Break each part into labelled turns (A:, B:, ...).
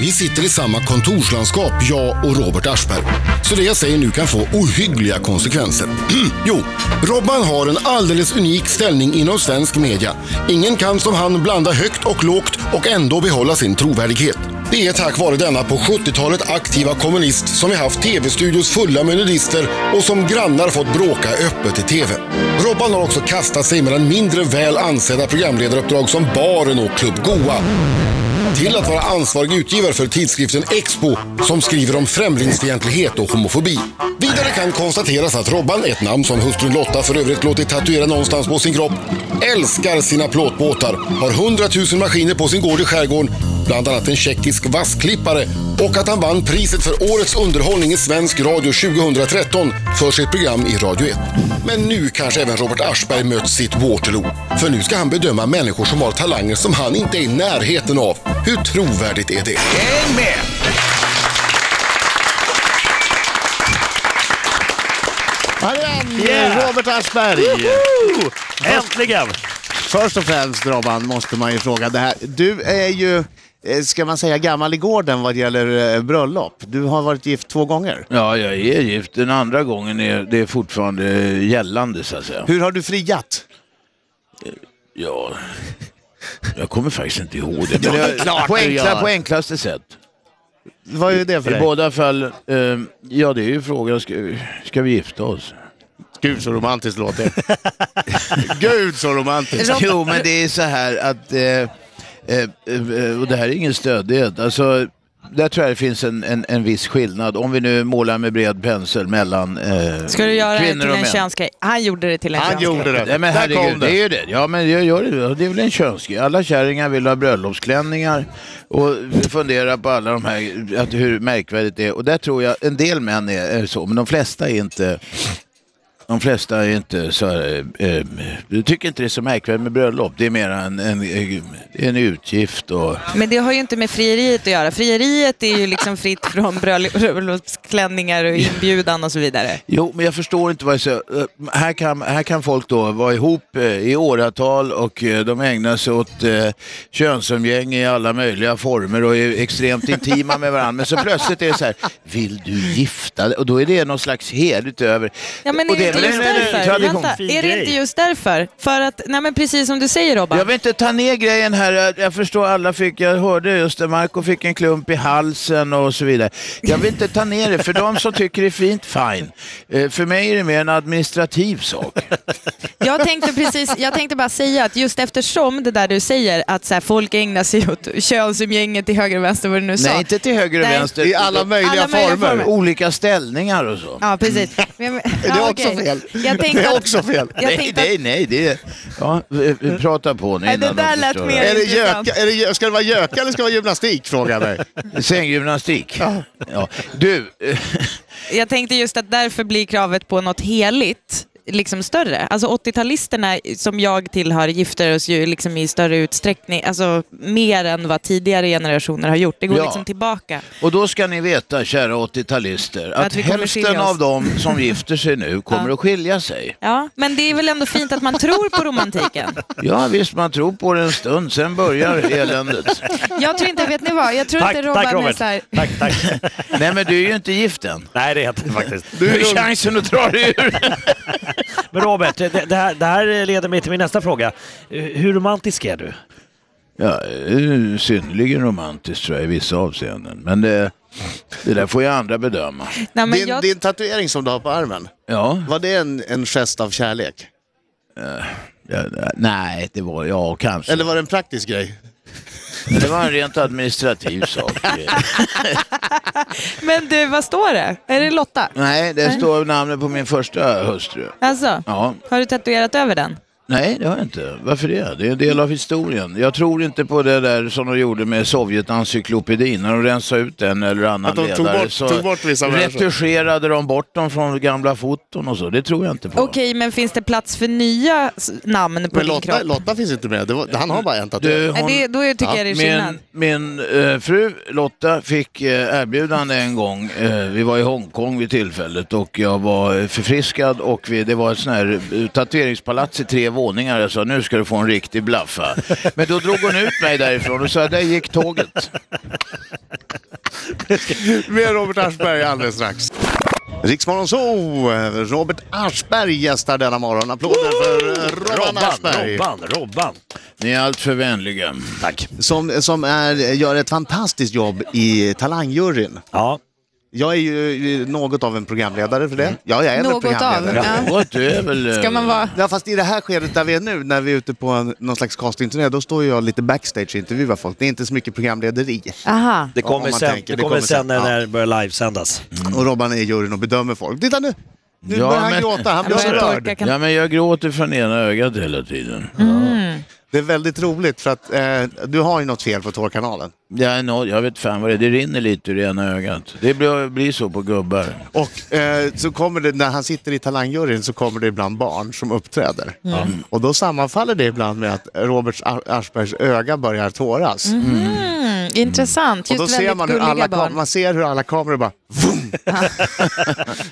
A: Vi sitter i samma kontorslandskap, jag och Robert Aschberg. Så det jag säger nu kan få ohyggliga konsekvenser. jo, Robban har en alldeles unik ställning inom svensk media. Ingen kan som han blanda högt och lågt och ändå behålla sin trovärdighet. Det är tack vare denna på 70-talet aktiva kommunist som vi haft tv-studios fulla melodister och som grannar fått bråka öppet i tv. Robban har också kastat sig mellan mindre väl ansedda programledaruppdrag som Baren och Club Goa till att vara ansvarig utgivare för tidskriften Expo som skriver om främlingsfientlighet och homofobi. Vidare kan konstateras att Robban, ett namn som hustrun Lotta för övrigt låtit tatuera någonstans på sin kropp, älskar sina plåtbåtar, har 100 000 maskiner på sin gård i skärgården, bland annat en tjeckisk vassklippare och att han vann priset för Årets underhållning i svensk radio 2013 för sitt program i Radio 1. Men nu kanske även Robert Aschberg mött sitt Waterloo. För nu ska han bedöma människor som har talanger som han inte är i närheten av. Hur trovärdigt är det?
B: Häng med!
C: Här är han,
B: Yeah.
C: Robert Aschberg.
B: Woho! Äntligen!
C: Först och främst, Robban, måste man ju fråga det här. Du är ju, eh, ska man säga, gammal i gården vad gäller eh, bröllop. Du har varit gift två gånger.
D: Ja, jag är gift. Den andra gången är det är fortfarande gällande så att säga.
C: Hur har du friat?
D: Ja, jag kommer faktiskt inte ihåg det. Men
C: Ja, det är
D: jag,
C: klart
D: på,
C: du
D: enkla,
C: gör.
D: på enklaste sätt.
C: Vad är det för
D: I
C: dig?
D: båda fall, eh, ja det är ju frågan, ska, ska vi gifta oss?
C: Gud så romantiskt låter Gud så romantiskt.
E: Rob-
D: Jo, men det är så här att, eh, eh, eh, och det här är ingen stödighet, alltså där tror jag det finns en, en, en viss skillnad, om vi nu målar med bred pensel mellan eh,
E: Ska du göra det
D: kvinnor
E: till
D: och
E: en
D: män.
E: könsgrej? Han gjorde det till en
C: Han
E: könsgrej.
C: gjorde det.
D: Nej, men
C: Där
D: herregud,
C: kom det.
D: det är ju det. Ja, men jag gör det. Det är väl en könsgrej. Alla kärringar vill ha bröllopsklänningar och fundera på alla de här, att hur märkvärdigt det är. Och där tror jag, en del män är, är så, men de flesta är inte de flesta är inte så här, eh, du tycker inte det är så märkvärdigt med bröllop. Det är mer en, en, en utgift och...
E: Men det har ju inte med frieriet att göra. Frieriet är ju liksom fritt från bröll- bröllopsklänningar och inbjudan och så vidare.
D: Jo, men jag förstår inte vad jag säger. Eh, Här kan, här kan folk då vara ihop eh, i åratal och eh, de ägnar sig åt eh, könsumgänge i alla möjliga former och är extremt intima med varandra. Men så plötsligt är det så här, vill du gifta dig? Och då är det någon slags heder utöver.
E: Ja, men
D: och
E: är det,
D: väl
E: inte just
D: en- en
E: därför?
D: tradition.
E: Vänta, är det
B: grej.
E: inte just därför? För att, nej men precis som du säger Robban.
D: Jag vill inte ta ner grejen här. Jag, jag förstår alla fick, jag hörde just det, Marco fick en klump i halsen och så vidare. Jag vill inte ta ner det, för de som tycker det är fint, fine. Eh, För mig är det mer en administrativ sak.
E: Jag tänkte, precis, jag tänkte bara säga att just eftersom det där du säger att så här, folk ägnar sig åt könsumgänge till höger och vänster, vad du nu sa.
D: Nej, inte till höger och
E: Nej.
D: vänster.
C: I alla möjliga
E: Alla möjliga
C: former.
E: former.
D: Olika ställningar och så.
E: Ja, precis. Men, men-
C: Det är
E: ja,
C: också
E: okej.
C: fel.
E: Jag tänkte,
C: Det är också fel.
E: Jag
D: nej,
E: tänkte
D: nej, nej, det är... Ja, vi- vi pratar på nu
E: Nej, det
D: innan de
E: där lät
D: förstör
E: mer-
C: Är det
E: Intressant.
C: göka, är det, gö- ska det vara göka eller ska det vara gymnastik? Frågar jag mig.
D: det här. Sänggymnastik. Ja. Du, eh,
E: Jag tänkte just att därför blir kravet på något heligt liksom större. Alltså 80-talisterna som jag tillhör gifter oss ju liksom i större utsträckning, alltså mer än vad tidigare generationer har gjort. Det går
D: Ja.
E: liksom tillbaka.
D: och då ska ni veta, kära 80-talister, att,
E: Att vi kommer
D: hälften
E: skilja oss.
D: av dem som gifter sig nu kommer
E: Ja.
D: att skilja sig.
E: Ja, men det är väl ändå fint att man tror på romantiken.
D: Ja, visst, man tror på det en stund, sen börjar eländet.
E: Jag tror inte, vet ni vad, jag tror
B: Tack,
E: inte
B: tack
E: Robban är
B: Robert.
E: så här,
B: Tack, tack.
D: Nej, men du är ju inte gift än.
B: Nej, det heter det faktiskt.
D: Du har chansen att dra dig ur.
B: Men Robert, det, det, här, det här leder mig till min nästa fråga. Eh, Hur romantisk är du?
D: Ja, eh, synnerligen romantiskt tror jag i vissa avseenden. Men det, det där får ju andra bedöma.
E: nej, men
C: Din,
E: jag,
C: din tatuering som du har på armen,
D: Ja,
C: var det en, en gest av kärlek?
D: ja, nej, det var, ja kanske.
C: Eller var det en praktisk grej?
D: Det var en rent administrativ sak.
E: men du, vad står det? Är det Lotta?
D: Nej, det står namnet på min första hustru.
E: Alltså,
D: Ja,
E: har du tatuerat över den?
D: nej det har jag inte. Varför det? Det är en del av historien. Jag tror inte på det där som de gjorde med Sovjetencyklopedin. När de rensade ut en eller annan
C: Att de tog
D: ledare
C: bort- tog bort vissa människor.
D: retuscherade de bort dem från gamla foton och så. Det tror jag inte på.
E: Okej, men finns det plats för nya s- namn på
C: Men
E: din
C: Lotta,
E: kropp?
C: Lotta finns inte med. Det var, han har bara en
D: Du,
C: tatuering.
E: Nej,
D: hon-
E: det, då tycker jag det är skillnad.
D: Min, min eh, fru Lotta fick eh, erbjudande en gång. Eh, vi var i Hongkong vid tillfället och jag var eh, förfriskad och vi, det var ett sånt här eh, tatueringspalats i tre våningar och sa nu ska du få en riktig blaffa. Men då drog hon ut mig därifrån och sa där gick tåget.
C: Med Robert Aschberg alldeles strax. Riksmorgon så Robert Aschberg gästar denna morgon. Applåder för eh, Robban Aschberg.
B: Robban, Robban.
D: Ni är allt för vänliga.
B: Tack.
C: Som, som är, gör ett fantastiskt jobb i talangjuryn.
B: Ja,
C: Jag är ju eh, något av en programledare för det. Ja, jag är väl
E: Något
C: programledare.
E: av,
D: Ja. Åt, du är väl...
E: Ska man vara...
C: Ja, fast i det här skedet där vi är nu, när vi är ute på en, någon slags castingturné, då står ju jag lite backstage och intervjuar folk. Det är inte så mycket programlederi.
E: Aha.
B: det
C: Om
B: kommer
C: man
B: sen,
C: tänker, det
B: det kommer
C: kommer
B: sen när
C: sen. Ja.
B: när det börjar livesändas.
C: Och Robban är i juryn och bedömer folk. Titta nu! Nu
D: Ja,
C: börjar han
D: men-
C: gråta, han
F: Han
C: blir
F: börjar
C: så rörd.
F: torka kan...
D: Ja, men jag gråter från ena ögat hela tiden.
E: Mm.
C: Det är väldigt roligt för att eh, du har ju något fel på tårkanalen.
D: Ja, nå- jag vet fan vad det är, det rinner lite ur ena ögat. Det blir, blir så på gubbar.
C: Och eh, så kommer det, när han sitter i talangjuryn så kommer det ibland barn som uppträder.
E: Mm.
C: Mm. Och då sammanfaller det ibland med att Robert Ar- Aschbergs öga börjar tåras.
E: Mm, intressant.
C: Och
E: Just
C: då ser
E: väldigt
C: man hur, alla
E: gulliga
C: kam-
E: barn.
C: man ser hur alla kameror bara vroom,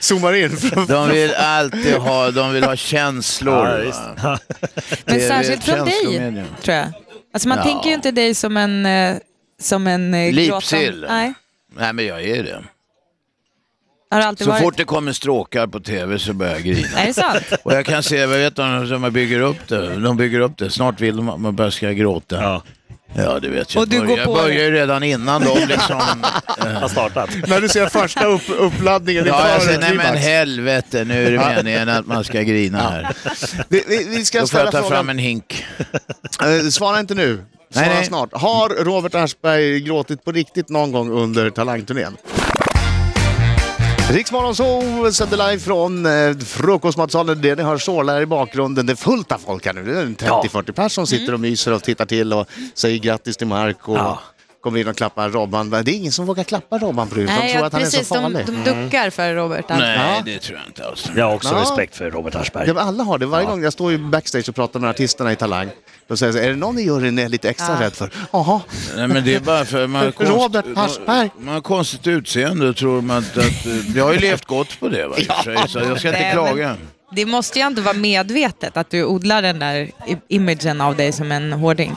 C: zoomar in.
D: De vill alltid ha, de vill ha känslor.
B: Ja,
D: va?
B: visst.
F: Men
D: Det är
F: särskilt från dig,
D: känslomedium.
F: tror jag. Alltså man
D: Ja.
F: tänker ju inte dig som en... eh, Som en eh,
D: Lipsill.
F: gråtande- Nej.
D: Nej, men jag är det.
F: Har det alltid
D: Så
F: varit?
D: fort det kommer stråkar på tv så börjar jag grina.
F: Är det sant?
D: Och jag kan se, jag vet de som bygger upp det, de bygger upp det, snart vill de att man bara ska gråta. Ja.
B: Ja,
D: det vet jag.
F: Och du
D: jag
F: går
D: jag
F: på
D: börjar
F: det.
D: ju redan innan de liksom...
C: Mm.
B: har startat.
C: När du ser första upp, uppladdningen
D: Ja, jag säger,
C: inför
D: nej men
C: klimax.
D: helvete, nu är det meningen att man ska grina här.
C: Det- vi, vi ska
D: Då får
C: ställa
D: jag ta
C: frågan.
D: fram en hink.
C: Eh, svara inte nu. Svara
D: Nej, nej.
C: snart. Har Robert Aschberg gråtit på riktigt någon gång under talangturnén? Riksmorgonzoo sänder live från eh, frukostmatsalen. Det ni hör sorlar i bakgrunden. Det är fullt av folk här nu. Det är en 30-40 personer som sitter och
E: Mm.
C: myser och tittar till och säger grattis till Marco.
B: Ja.
C: Kommer in och klappar Robban. Det är ingen som vågar klappa Robban på ryggen. De
E: Nej,
C: tror
E: ja,
C: att han
E: precis.
C: är så
E: de,
C: farlig. Mm.
E: de duckar för Robert.
D: Nej, det tror jag inte alls.
B: Jag har också
C: Ja.
B: respekt för Robert Aschberg.
C: Ja, men alla har det. Varje gång jag står ju backstage och pratar med artisterna i Talang, då säger jag så här, är det någon i juryn ni är lite extra rädd för? Jaha,
D: Nej, men det är bara för man har konst-
C: Robert Aschberg.
D: Man har konstigt utseende och tror man att... att jag har ju levt gott på det va, i och för sig, så jag ska inte
F: Nej,
D: klaga.
F: men Det måste ju inte vara medvetet att du odlar den där i- imagen av dig som en hårding.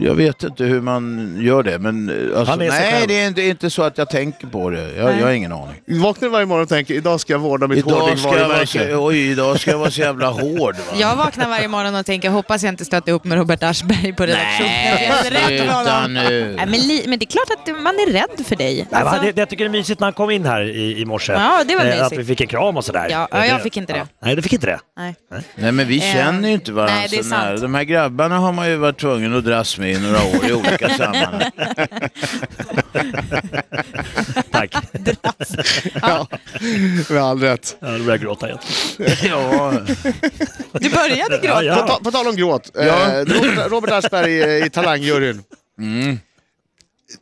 D: Jag vet inte hur man gör det, men... eh, Alltså,
B: Han är sig
D: nej,
B: själv.
D: det är, inte, det är inte så att jag tänker på det. Jag, jag har ingen aning.
C: Vaknar varje morgon och tänker idag ska jag vårda mitt
D: Idag ska, jag vara,
C: hårdingvarumärke.
D: så- oj, idag ska jag vara så jävla hård. Va?
F: Jag vaknar varje morgon och tänker hoppas jag inte stöter ihop med Robert Aschberg på redaktionen. jag är rädd för
D: Sluta
F: honom.
D: nu.
F: Nej, men, li- men det är klart att man är rädd för dig.
B: Nej, men
F: Alltså,
B: det, det, jag tycker det är mysigt när han kom in här i, i morse.
F: Ja, det var
B: Eh,
F: mysigt.
B: Att vi fick en kram och sådär. Eh,
F: Ja, ja, jag fick inte det.
B: Ja. Nej, du fick inte det.
F: nej.
D: Nej, men vi känner ju inte varandra
F: Eh, nej, det är
D: så nära.
F: sant.
D: De här grabbarna har man ju varit tvungen att dras med i några år i olika sammanhang.
B: Tack.
C: Ja, med all rätt.
B: Ja, nu börjar jag gråta igen.
D: Ja,
F: Du började gråta.
C: På, ta,
B: Ja, ja.
C: på tal om gråt, eh, Robert, Robert Aschberg eh, i Talangjuryn.
D: Mm.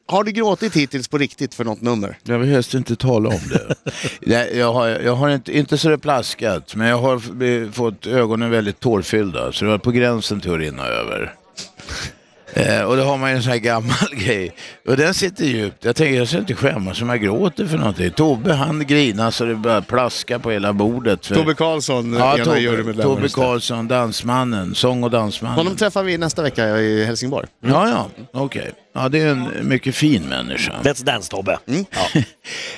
C: Har du gråtit hittills på riktigt för något nummer?
D: Jag vill helst inte tala om det. jag, jag har, jag har inte, inte så det plaskat, men jag har f- eh, fått ögonen väldigt tårfyllda, så det var på gränsen till att rinna över. Eh, och då har man ju en sån här gammal grej. Och den sitter djupt. Jag tänker, jag ska inte skämmas om jag gråter för någonting. Tobbe, han grinar så det börjar plaska på hela bordet. För...
C: Tobbe Karlsson,
D: ja,
C: ena
D: Tobbe,
C: jurymedlemmen.
D: Tobbe Karlsson, dansmannen, sång och dansmannen.
C: Honom träffar vi nästa vecka i Helsingborg.
D: Ja, ja, okej. Ja, det är en mycket fin människa.
B: Let's dance, Tobbe.
C: Mm.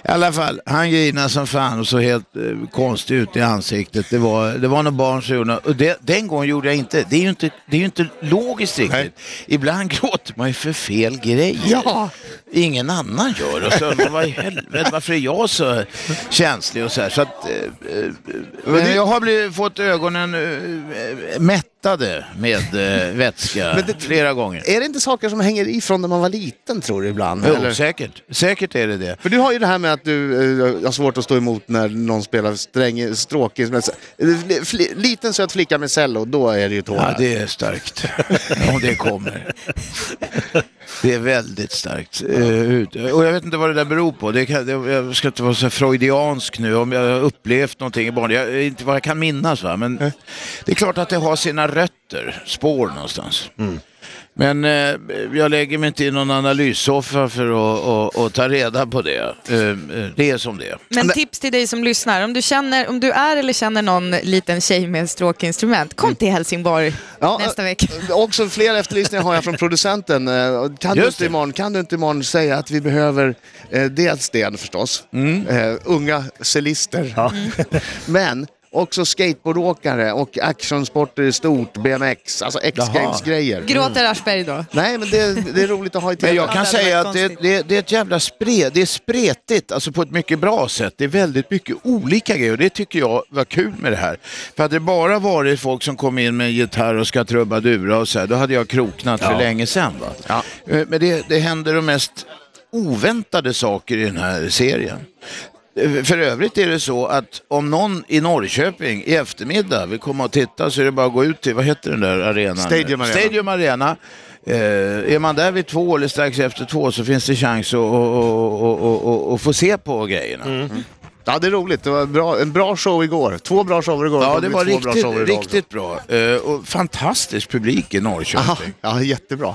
D: I alla fall, han grinade som fan och såg helt eh, konstig ut i ansiktet. Det var, det var några barn som gjorde något. och det, Den gången gjorde jag inte. Det är ju inte, det är ju inte logiskt riktigt. Ibland gråter man ju för fel grejer.
C: Ja.
D: Ingen annan gör och så, men vad i helvete, varför är jag så känslig och så här. Så att, eh, eh, men jag har blivit, fått ögonen eh, mättade med eh, vätska
C: Men det-
D: flera gånger.
C: Är det inte saker som hänger ifrån när man var liten tror du ibland?
D: Jo,
C: eller?
D: säkert. Säkert är det det.
C: För du har ju det här med att du eh, har svårt att stå emot när någon spelar sträng, stråkig, men, fl, liten söt flicka med cello, då är det ju tårar.
D: Ja, det är starkt. Om det kommer. Det är väldigt starkt. Eh, ut- Och jag vet inte vad det där beror på. Det kan, det, jag ska inte vara så här freudiansk nu om jag har upplevt någonting i barn. Jag, inte vad jag kan minnas va, men det är klart att det har sina rötter, spår någonstans. Men eh, jag lägger mig inte i någon analyssoffa för att och, och ta reda på det. Eh, eh, det är som det är.
F: Men tips till dig som lyssnar, om du, känner, om du är eller känner någon liten tjej med stråkinstrument, kom till Helsingborg
C: Mm. Ja,
F: nästa
C: eh,
F: vecka.
C: Också fler efterlysningar har jag från producenten. Eh, Kan du,
D: Just
C: inte
D: det.
C: imorgon, kan du inte imorgon säga att vi behöver eh, dels den förstås,
D: Mm.
C: eh, unga celister, men också skateboardåkare och actionsporter i stort, BMX, alltså X-Games-grejer.
E: Gråter Aschberg då?
C: Nej, men det, det är roligt att ha i
D: Men jag
C: tävlan.
D: kan
E: det hade
D: säga
E: varit
D: att det,
E: konstigt.
D: det, det är ett jävla spred, det är spretigt, alltså på ett mycket bra sätt. Det är väldigt mycket olika grejer och det tycker jag var kul med det här. För hade det bara varit folk som kom in med en gitarr och ska trubadura och så här, då hade jag kroknat för länge sedan. Va? Eh, Men det, det händer de mest oväntade saker i den här serien. Eh, För övrigt är det så att om någon i Norrköping i eftermiddag vill komma och titta så är det bara att gå ut till, vad heter den där arenan?
C: Stadium Arena.
D: Stadium Arena. Eh, är man där vid två eller strax efter två så finns det chans att, att, att, att, att, att få se på grejerna.
C: Mm. Ja, det är roligt. Det var bra, en bra show igår. Två bra shower igår.
D: Ja, det
C: kommer bli
D: var
C: två bra shower
D: riktigt,
C: idag.
D: riktigt bra. Eh, och fantastisk publik i Norrköping.
C: Aha, ja, jättebra.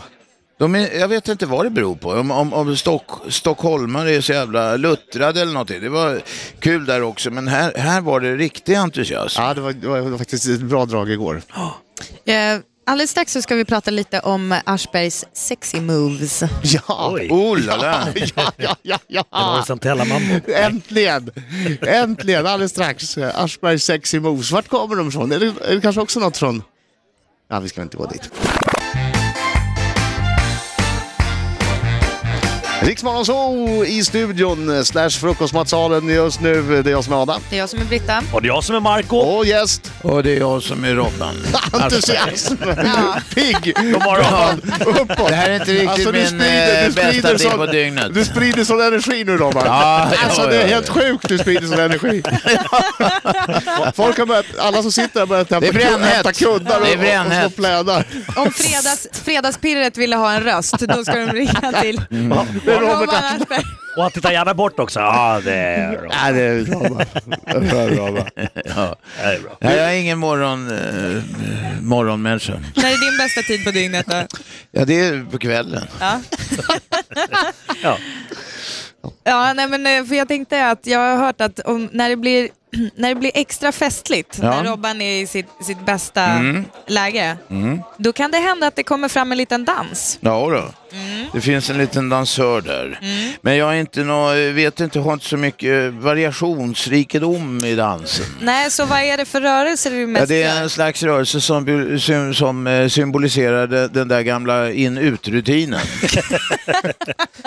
D: De är, jag vet inte vad det beror på. Om, om, om Stock, stockholmare är så jävla luttrade eller någonting. Det var kul där också, men här, här var det riktig entusiasm.
C: Ja, det var, det var faktiskt ett bra drag igår.
E: Eh, alldeles strax så ska vi prata lite om Aschbergs sexy moves.
C: Ja,
B: Oj.
D: Oh la la!
C: ja, ja, ja,
B: Den
C: ja.
B: horisontella mammon.
C: Äntligen! Äntligen, alldeles strax. Aschbergs sexy moves. Vart kommer de ifrån? Är det, är det kanske också något från... Ja, vi ska inte gå dit. Riksmorgon så i studion, slash frukostmatsalen just nu. Det är jag som är Adam.
E: Det är jag som är Britta.
B: Och det är jag som är Marco.
C: Och gäst,
D: Och det är jag som är Robban.
C: entusiasm, pigg,
B: morgon.
C: uppåt.
D: Det här är inte riktigt min, eh, bästa tid på dygnet.
C: Du sprider sån energi nu Robban.
D: Ja, ja,
C: alltså
D: ja,
C: det är
D: ja,
C: helt sjukt du sprider sån energi. Folk har börjat, alla som sitter här börjar
D: Det är brännhett.
C: hämta kuddar
D: Det är
C: och, och, och
D: brännhett.
C: slå plädar.
E: Om fredags, fredagspirret ville ha en röst, då ska de ringa till
C: Mm. Det är Robert
E: Robban
C: Aschberg.
E: Aschberg.
B: Och han tittar gärna bort också. Ja, det är bra.
C: Nej, det är Robban. Det är Robban.
D: Ja.
B: Det är bra.
D: Nej, Jag är ingen morgon, eh, morgonmänniska.
E: När är din bästa tid på dygnet då?
D: Ja, det är på kvällen.
E: Ja.
B: Ja.
E: Ja, nej men eh, för jag tänkte att jag har hört att om, när, det blir, när det blir extra festligt,
D: Ja. Mm.
E: när Robban är i sitt, sitt bästa läge, då kan det hända att det kommer fram en liten dans.
D: Ja, då. det finns en liten dansör där. Men jag är inte nå, vet inte, har inte så mycket variationsrikedom i dansen.
E: Nej, så vad är det för rörelser du mest
D: Ja, det är
E: gör?
D: en slags rörelse som, bu- sym- som eh, symboliserar de- den där gamla in-ut-rutinen.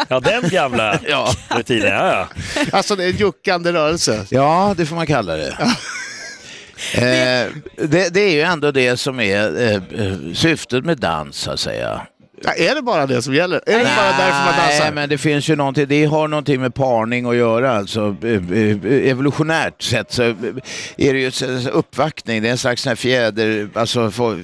B: ja, den gamla
D: Ja.
B: rutinen. Ja, ja.
C: Alltså det är en juckande rörelse.
D: ja, det får man kalla det. eh, det, det är ju ändå det som är eh, eh, syftet med dans, så att säga.
C: Ja, är det bara det som gäller? Är det bara därför man
D: Nej,
C: dansar?
D: men det finns ju någonting, det har någonting med parning att göra. Alltså, eh, eh, evolutionärt sett så eh, är det ju en uppvaktning, det är en slags sån här fjäder, alltså få-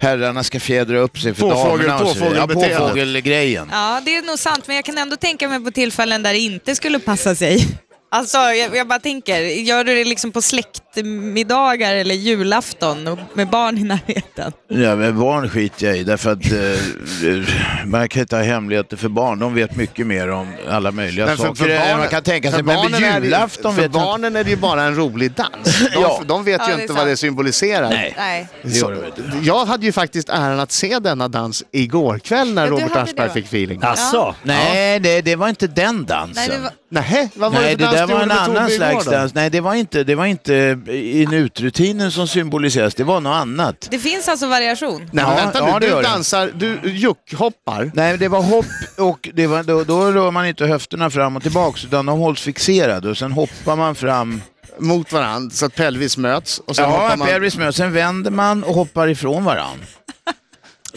D: herrarna ska fjädra upp sig för
C: Påfågel-
D: damerna. och så vidare.
C: påfågelbeteendet.
D: Ja, påfågelgrejen.
E: Ja, det är nog sant, men jag kan ändå tänka mig på tillfällen där det inte skulle passa sig. Alltså, jag, jag bara tänker, gör du det liksom på släktmiddagar eller julafton och med barn i närheten?
D: Ja, men barn skiter jag i därför att eh, man kan inte ha hemligheter för barn. De vet mycket mer om alla möjliga
C: Men för,
D: saker
C: för
D: än
C: barnen,
D: man kan tänka
C: för
D: sig. Men vid
C: barnen är det ju-
D: julafton vet
C: för
D: jag inte.
C: barnen är det ju bara en rolig dans. De,
D: Ja.
C: de vet
E: Ja,
C: ju
E: det är
C: inte vad
E: sant.
C: det symboliserar.
D: Nej,
E: Nej.
D: det gör de inte.
C: Jag hade ju faktiskt äran att se denna dans igår kväll när
E: Ja, du
C: Robert
E: hade
C: Aschberg
E: det,
C: fick feeling.
B: Alltså,
D: Nej, det, det var inte den dansen.
E: Nej, det var,
C: Nej, vad var
D: Nej,
C: det
D: det där
C: för dans du
D: var
C: gjorde
D: en
C: med
D: annan
C: Tobbe igår
D: slags
C: då?
D: dans. Nej, det var inte, det var inte in-ut-rutinen som symboliseras. Det var något annat.
E: det finns alltså variation.
C: Nej, men
D: Ja,
C: vänta nu.
D: ja, det
C: du
D: gör det.
C: dansar, du juckhoppar.
D: Nej, det var hopp och det var, då, då rör man inte höfterna fram och tillbaks utan de hålls fixerade och sen hoppar man fram.
C: mot varandra så att pelvis möts. Och sen
D: Ja,
C: hoppar
D: en
C: man.
D: pelvis möts, sen vänder man och hoppar ifrån varann.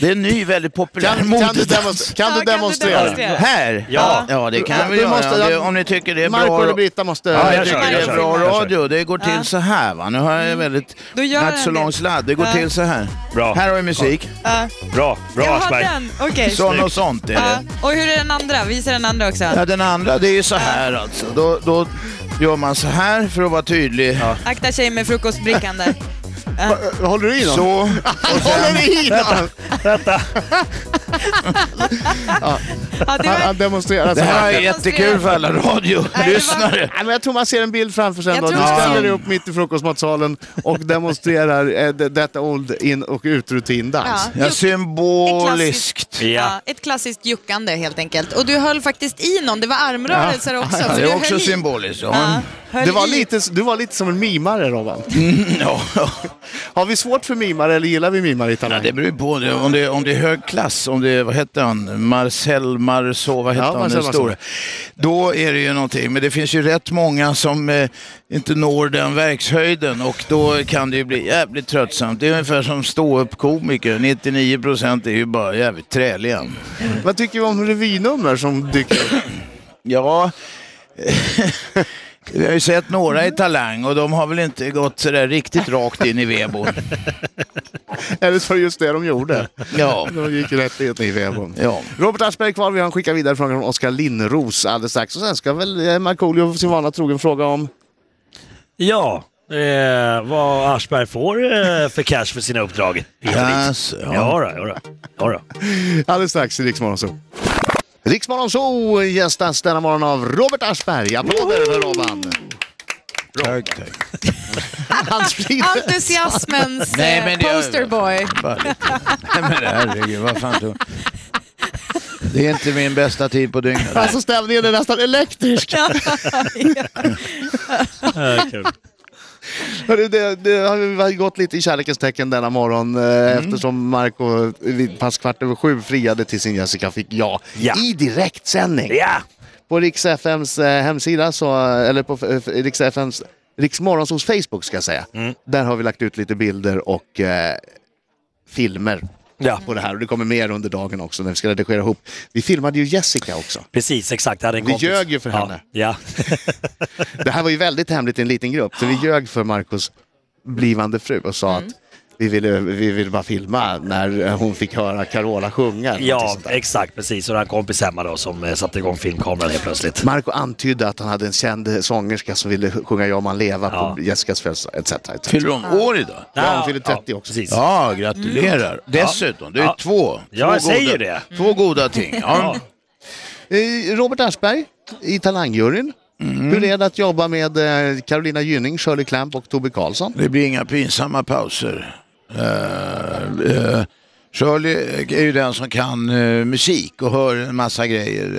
D: Det är en ny, väldigt populär
C: Kan, kan, du
D: modedans.
C: demonstrera? kan
E: Ja,
C: du demonstrera?
E: demonstrera?
D: Här?
B: Ja.
D: ja det kan vi
C: Du
D: göra.
C: måste-
D: om, det, om ni tycker det är
C: Marco
D: bra.
C: eller Britta måste...
D: Ja, jag
B: jag
D: tycker
B: kör,
D: det
B: jag
D: är
B: kör.
D: bra
B: Jag kör.
D: radio. Det går till så här va. Nu har jag väldigt,
E: Då gör
D: inte så
E: den det.
D: lång sladd. Det går
E: Ja.
D: till så här.
B: Bra.
D: Här har vi musik.
B: bra. Bra
E: Jaha,
B: Aschberg.
E: den. Okej.
D: Sån och sånt är
E: Ja.
D: det.
E: Och hur är den andra? Visa den andra också.
D: Ja, den andra det är ju så här alltså. Då, då gör man så här för att vara tydlig.
E: Akta tjej med frukostbrickan där.
C: Håller du i någon?
D: Så.
C: Håller du i någon?
E: Ja, det
C: Han,
E: var,
C: han demonstrerar.
D: Det
C: Alltså,
D: här är
E: Jag
D: jättekul för alla radiolyssnare.
C: Nej, men jag tror man ser en bild framför sig. en
E: Jag
C: dag. Du
E: tror också-
C: ställer dig upp mitt i frukostmatsalen och demonstrerar eh, d- detta old in och utrutindans.
E: ja,
D: Ja,
E: juck-
D: symboliskt.
E: ja,
B: Ja.
E: ett klassiskt juckande helt enkelt. Och du höll faktiskt i någon, det var armrörelser också.
D: Ja,
E: så
D: det
E: du
D: är också
E: höll i-
D: symboliskt.
E: Ja,
D: Ja.
E: höll
C: Det var
E: i.
C: lite, du var lite som en mimare, Robban.
D: Ja.
C: Har vi svårt för mimare eller gillar vi mimare i
D: Ja,
C: Talang?
D: det beror ju på. Det- Om det, om det är hög klass, om det är, vad hette han, Marcel Marceau, vad hette
C: Ja,
D: han
C: Marcel
D: den store? Då är det ju någonting, men det finns ju rätt många som eh, inte når den verkshöjden och då kan det ju bli jävligt tröttsamt. Det är ungefär som ståuppkomiker, 99 procent är ju bara jävligt träliga.
C: Vad tycker vi om revynummer som dyker upp?
D: Ja, vi har ju sett några i Talang och de har väl inte gått sådär riktigt rakt in i vebon.
C: Eller så var det just det de gjorde.
D: Ja.
C: De gick rätt in i vevon.
D: Ja.
C: Robert Aschberg är kvar. Vi har en skicka vidare fråga från Oskar Linnros alldeles strax. Och sen ska väl eh, Markoolio sin vana trogen fråga om...
B: Ja, eh, vad Aschberg får eh, för cash för sina uppdrag.
D: Yes, ja.
B: ja. Ja, då, ja, då, ja, då.
C: Alldeles strax i Rix Morgon Zoo. Rix Morgon Zoo gästas denna morgon av Robert Aschberg. Applåder för Robban.
D: Tack, tack.
C: Han sprider...
E: Entusiasmens eh,
D: Nej, men det-
E: posterboy.
D: Bara lite. Nej, men herregud, vad fan tror Det är inte min bästa tid på dygnet.
C: Alltså stämningen är nästan elektrisk.
B: Ja, kul.
C: Hörru, det, det har ju varit- gått lite i kärlekens tecken denna morgon eh,
B: Mm.
C: eftersom Marco vid pass kvart över sju friade till sin Jessica fick ja,
B: Ja.
C: i direktsändning.
B: ja.
C: På Rix FMs eh, hemsida, så, eller på eh, Rix FMs Rix Morgonzoos Facebook ska jag säga.
B: Mm.
C: Där har vi lagt ut lite bilder och eh, filmer
B: ja.
C: på det här. Och det kommer mer under dagen också när vi ska redigera ihop. Vi filmade ju Jessica också.
B: Precis, exakt. Jag hade en
C: Vi
B: kompis.
C: ljög ju för henne.
B: Ja.
C: Det här var ju väldigt hemligt i en liten grupp, så vi ljög för Marcos blivande fru och sa
B: Mm.
C: att vi ville, vi ville bara filma när hon fick höra Carola sjunga. eller något
B: ja,
C: sånt där.
B: exakt. Precis. Och det var en kompis hemma då som eh, satte igång filmkameran helt plötsligt.
C: Marco antydde att han hade en känd sångerska som ville sjunga Ja man leva på
B: Ja.
C: Jessicas födelsedag etc. etc.
D: Fyller hon år idag?
C: Ja, hon fyller 30 också.
B: Precis.
D: Ja, gratulerar. Dessutom, det är
B: Ja.
D: två.
B: Ja,
D: två
B: jag säger
D: goda, Två goda ting. Ja.
C: Eh, Robert Aschberg i Talangjuryn.
B: Mm.
C: Hur är det att jobba med eh, Carolina Gynning, Shirley Clamp och Tobbe Karlsson?
D: Det blir inga pinsamma pauser. Eh, eh, Shirley är ju den som kan eh, musik och hör en massa grejer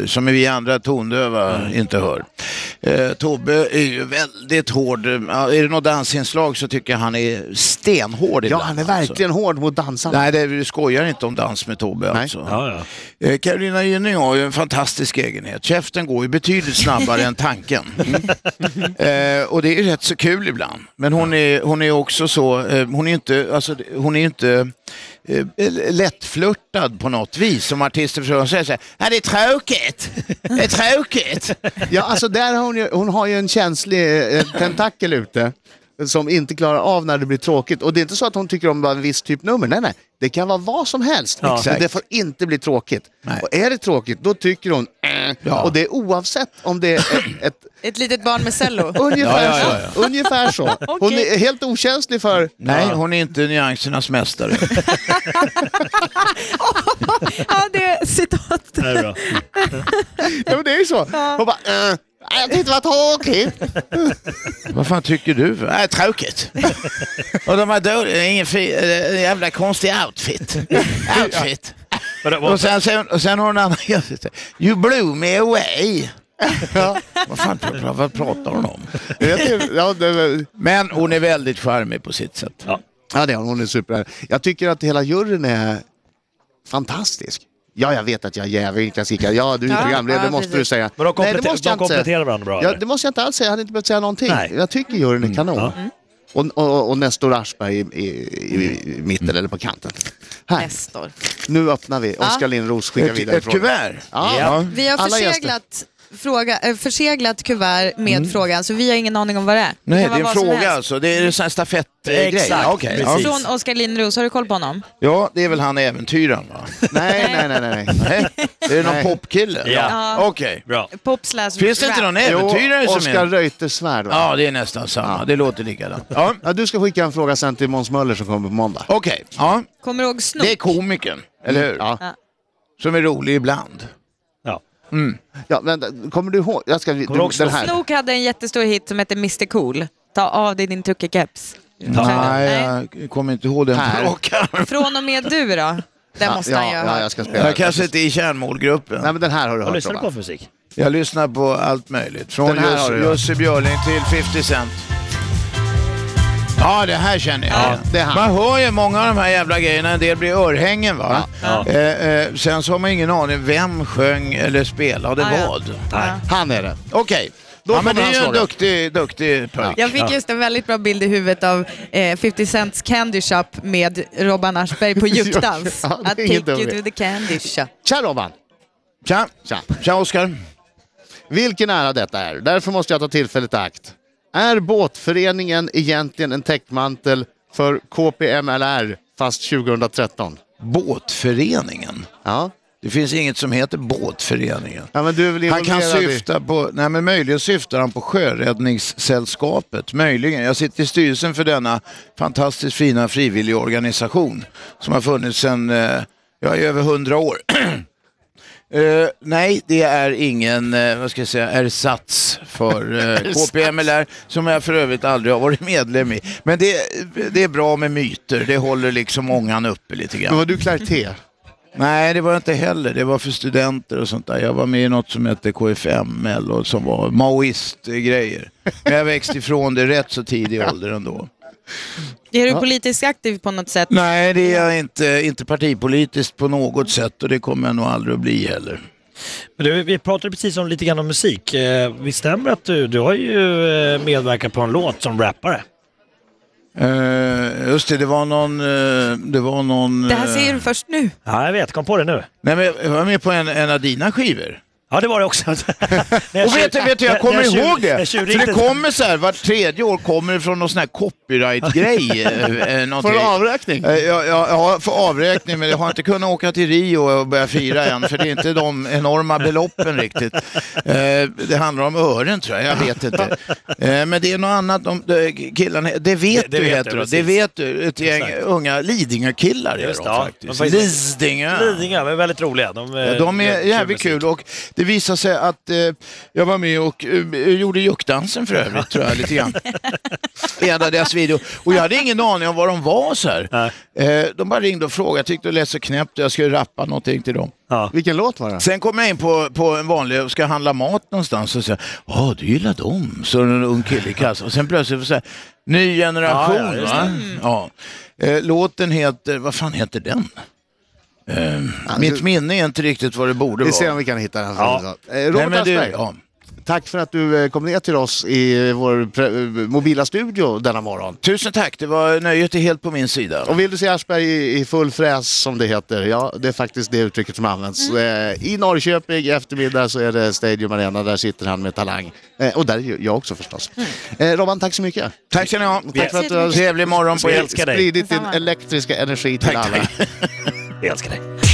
D: eh, som vi andra tondöva
C: Mm.
D: inte hör. Eh, Tobbe är ju väldigt hård. Ja, är det något dansinslag så tycker jag han är stenhård
C: Ja,
D: ibland,
C: han är
D: alltså.
C: verkligen hård mot dansarna.
D: Nej, det, vi skojar inte om dans med Tobbe
C: Nej.
D: alltså.
B: Ja, ja.
D: Eh, Carolina Gynning har ju en fantastisk egenhet. Käften går ju betydligt snabbare än tanken. Mm. Eh, och det är rätt så kul ibland. Men hon är, hon är också så, eh, hon är inte, alltså, det- hon är inte eh, lättflörtad på något vis. Som artister försöker säga så här, "Ja, det är tråkigt, det är tråkigt.
C: Ja, alltså där har hon, ju, hon har ju en känslig eh, tentakel ute som inte klarar av när det blir tråkigt. Och det är inte så att hon tycker om bara en viss typ nummer. Nej, nej. Det kan vara vad som helst.
B: Ja.
C: Men
D: Exakt.
C: det får inte bli tråkigt.
D: Nej.
C: Och är det tråkigt, då tycker hon äh.
D: Ja.
C: Och det är oavsett om det är ett, ett,
E: Ett litet barn med cello.
C: ungefär,
D: Ja, ja, ja,
C: Så, ungefär så. Hon är helt okänslig för...
D: Nej, hon är inte nyansernas mästare.
E: ja, det är citat.
B: Det är bra.
C: Ja, men det är ju så. Hon bara... Äh. "Nej, Jag tyckte det var tråkigt.
D: Vad fan tycker du? För? Äh, tråkigt. och de har dåliga, ingen fi, äh, jävla konstig outfit. Outfit.
B: Vadå, vad-
D: Och sen, sen, och sen har hon en annan gäst. You blew me away. vad fan pra- vad pratar hon om?
C: Jag tycker- typ- Ja, det,
D: Men hon är väldigt charmig på sitt sätt.
B: Ja.
C: Ja, det är hon. Hon är super. Jag tycker att hela juryn är fantastisk. Ja, jag vet att jag är jävlig, Jessica. Ja, du är
E: Ja,
C: programledare, det
E: ja,
C: måste du
E: precis.
C: säga.
B: Men de
C: Nej, det
B: kompletter-
C: måste jag
B: de
C: inte säga.
B: kompletterar varandra bra,
C: Ja,
B: eller?
C: det måste jag inte alls säga. Jag hade inte behövt säga någonting.
B: Nej. Mm.
C: Jag tycker juryn är kanon.
B: ja.
C: Och, och, och Nestor Aschberg i, i, i, i
B: Mm.
C: mitten eller på kanten. Här,
E: Nestor.
C: nu öppnar vi. Oskar Linnros skickar
D: Ett,
C: vidare
D: ett
C: frågan.
D: kuvert.
C: Ja.
B: Ja.
E: Vi har
C: Alla gäster.
E: förseglat, fråga, eh, förseglat kuvert med frågan, så vi har ingen aning om vad det är.
D: Mm. Nej, det
E: kan
D: är en
E: vara vad som
D: fråga
E: helst.
D: alltså. Det är en sån här stafettgrej.
B: Exakt,
D: Ja, okej.
B: precis.
D: ja.
E: Från Oskar Lindros, har du koll på honom?
D: ja, det är väl han äventyraren va?
C: Nej, nej, nej, nej.
D: Nej. Är det någon
C: Nej.
D: popkille?
B: Ja.
D: Okej.
B: Bra.
E: Pop slash
D: Finns det inte
E: rap.
D: någon äventyrare
C: Jo,
D: som
C: Oskar
D: är...
C: Reuterswärd. va?
D: Ja, det är nästan samma. Det låter likadant. Ja.
C: Ja, du ska skicka en fråga sen till Måns Möller som kommer på måndag.
D: Okej, ja.
E: Kommer du ihåg Snook?
D: det är komikern. eller hur?
C: Ja.
D: Som är rolig ibland.
B: Ja.
C: Ja, vänta, kommer du ihåg? Jag ska,
B: du ihåg
C: den här.
E: Snook hade en jättestor hit som hette Mr Cool. Ta av dig din tuckerkeps.
D: Nej, jag kommer inte ihåg den
C: Här.
D: på rak arm.
E: Från och med du då? Den måste
C: ja,
E: han ju ha
C: ja,
E: hört.
C: jag ska spela.
D: Jag kanske inte är i kärnmålgruppen.
C: Nej, men den här har du
B: Vad
C: hört
B: lyssnar du på
C: Robban.
B: för musik?
D: Jag lyssnar på allt möjligt. Från
C: Den här har
D: Jussi
C: du, ja.
D: Jussi Björling till 50 Cent. Ja, det här känner jag.
C: det är han.
D: man hör ju många av de här jävla grejerna. En del blir örhängen va.
B: Ja.
D: Eh, eh, sen så har man ingen aning vem sjöng eller spelade
E: Ah, ja.
D: vad.
B: Nej.
C: Han är det.
D: Okej,
C: Då
D: ja,
C: får
D: men det
C: man
D: är ju en
C: fråga.
D: duktig, duktig pojk.
E: Jag fick just en väldigt bra bild i huvudet av eh, 50 Cents Candy Shop med Robban Aschberg på djupdans.
C: Ja, det är
E: I
C: ingen
E: take
C: dum
E: you
C: idé.
E: to the candy shop.
C: Tja Robban!
D: Tja,
C: Tja.
D: tja Oskar.
C: Vilken ära detta är. Därför måste jag ta tillfället i akt. Är båtföreningen egentligen en täckmantel för KPMLR fast 2013?
D: Båtföreningen.
C: Ja,
D: Det finns inget som heter båtföreningen.
C: ja men du är väl
D: Han kan
C: involverad i-
D: syfta på, nej men möjligen syftar han på Sjöräddningssällskapet, möjligen. Jag sitter i styrelsen för denna fantastiskt fina frivilligorganisation som har funnits sedan, eh, jag är över hundra år. Eh, nej, det är ingen, eh, vad ska jag säga, ersatz för eh, KPMLR som jag för övrigt aldrig har varit medlem i. Men det, det är bra med myter, det håller liksom ångan uppe lite grann.
C: Men var du Clarté?
D: Nej, det var jag inte heller. Det var för studenter och sånt där. Jag var med i något som hette KFML och som var maoist-grejer. Men jag växte ifrån det rätt så tidig ålder ändå.
E: Är du politiskt aktiv på något sätt?
D: Nej, det är jag inte, inte partipolitiskt på något sätt och det kommer jag nog aldrig att bli heller.
B: Men du, vi pratade precis om lite grann om musik. Eh, Visst stämmer att du, du har ju eh, medverkat på en låt som rappare?
D: Eh, just det, det var någon... eh, det var någon
E: Det här
D: eh,
E: ser du först nu.
B: Ja, jag vet. Kom på det nu.
D: Nej, men jag var med på en, en av dina skivor.
B: Ja, det var det också.
D: Och vet du, vet du jag kommer ihåg det. För det
B: kom...
D: kommer så här, vart tredje år kommer det från någon sån här copyright-grej. eh, eh,
C: Får du
D: någonting.
C: avräkning?
D: Eh, Ja, ja, ja, för avräkning, men jag har inte kunnat åka till Rio och börja fira än, för det är inte de enorma beloppen riktigt. Eh, Det handlar om ören tror jag, jag vet inte. Eh, Men det är något annat, de, de, killarna, det vet
B: Det- det
D: du
B: vet
D: heter
B: jag,
D: de, det
B: precis.
D: vet du, ett gäng unga Lidingö-killar är de
B: Just det, ja.
D: faktiskt.
B: De faktiskt-
D: Lidingö.
B: Lidingö, men väldigt roliga. De, eh,
D: Ja, De
B: gör
D: är jävligt
B: musik.
D: kul och det visade sig att eh, jag var med och eh, gjorde juckdansen för övrigt tror jag lite grann. I en av deras video. Och jag hade ingen aning om var de var så här. Eh, de bara ringde och frågade, jag tyckte det lät så knäppt och jag skulle rappa någonting till dem.
B: Ja.
C: Vilken låt var det?
D: Sen kommer jag in på, på en vanlig och ska handla mat någonstans och säger ja du gillar dem, så en ung kille i kassan. Och sen plötsligt får jag säga, ny generation
B: Ja, ja, just det.
D: va? Mm. Ja. Eh, låten heter, vad fan heter den? Eh, mitt minne är inte riktigt vad det borde
C: Vi
D: vara.
C: ser om vi kan hitta den.
B: Ja.
C: Eh, Robert
D: men du-
C: Aschberg,
D: ja.
C: tack för att du eh, kom ner till oss i eh, vår pre- eh, mobila studio denna morgon.
D: Tusen tack, det var nöjet är helt på min sida.
C: Och vill du se Aschberg i, i full fräs som det heter, ja det är faktiskt det uttrycket som används. Eh, I Norrköping i eftermiddag så är det Stadium Arena, där sitter han med talang. Eh, och där är ju jag också förstås. Eh, Robban, tack så mycket.
D: Tack ska ni ha.
C: Tack för att du har
D: Trevlig morgon på
B: Vi
D: er.
B: älskar dig.
C: spridit din elektriska energi till alla.
B: Vi älskar dig.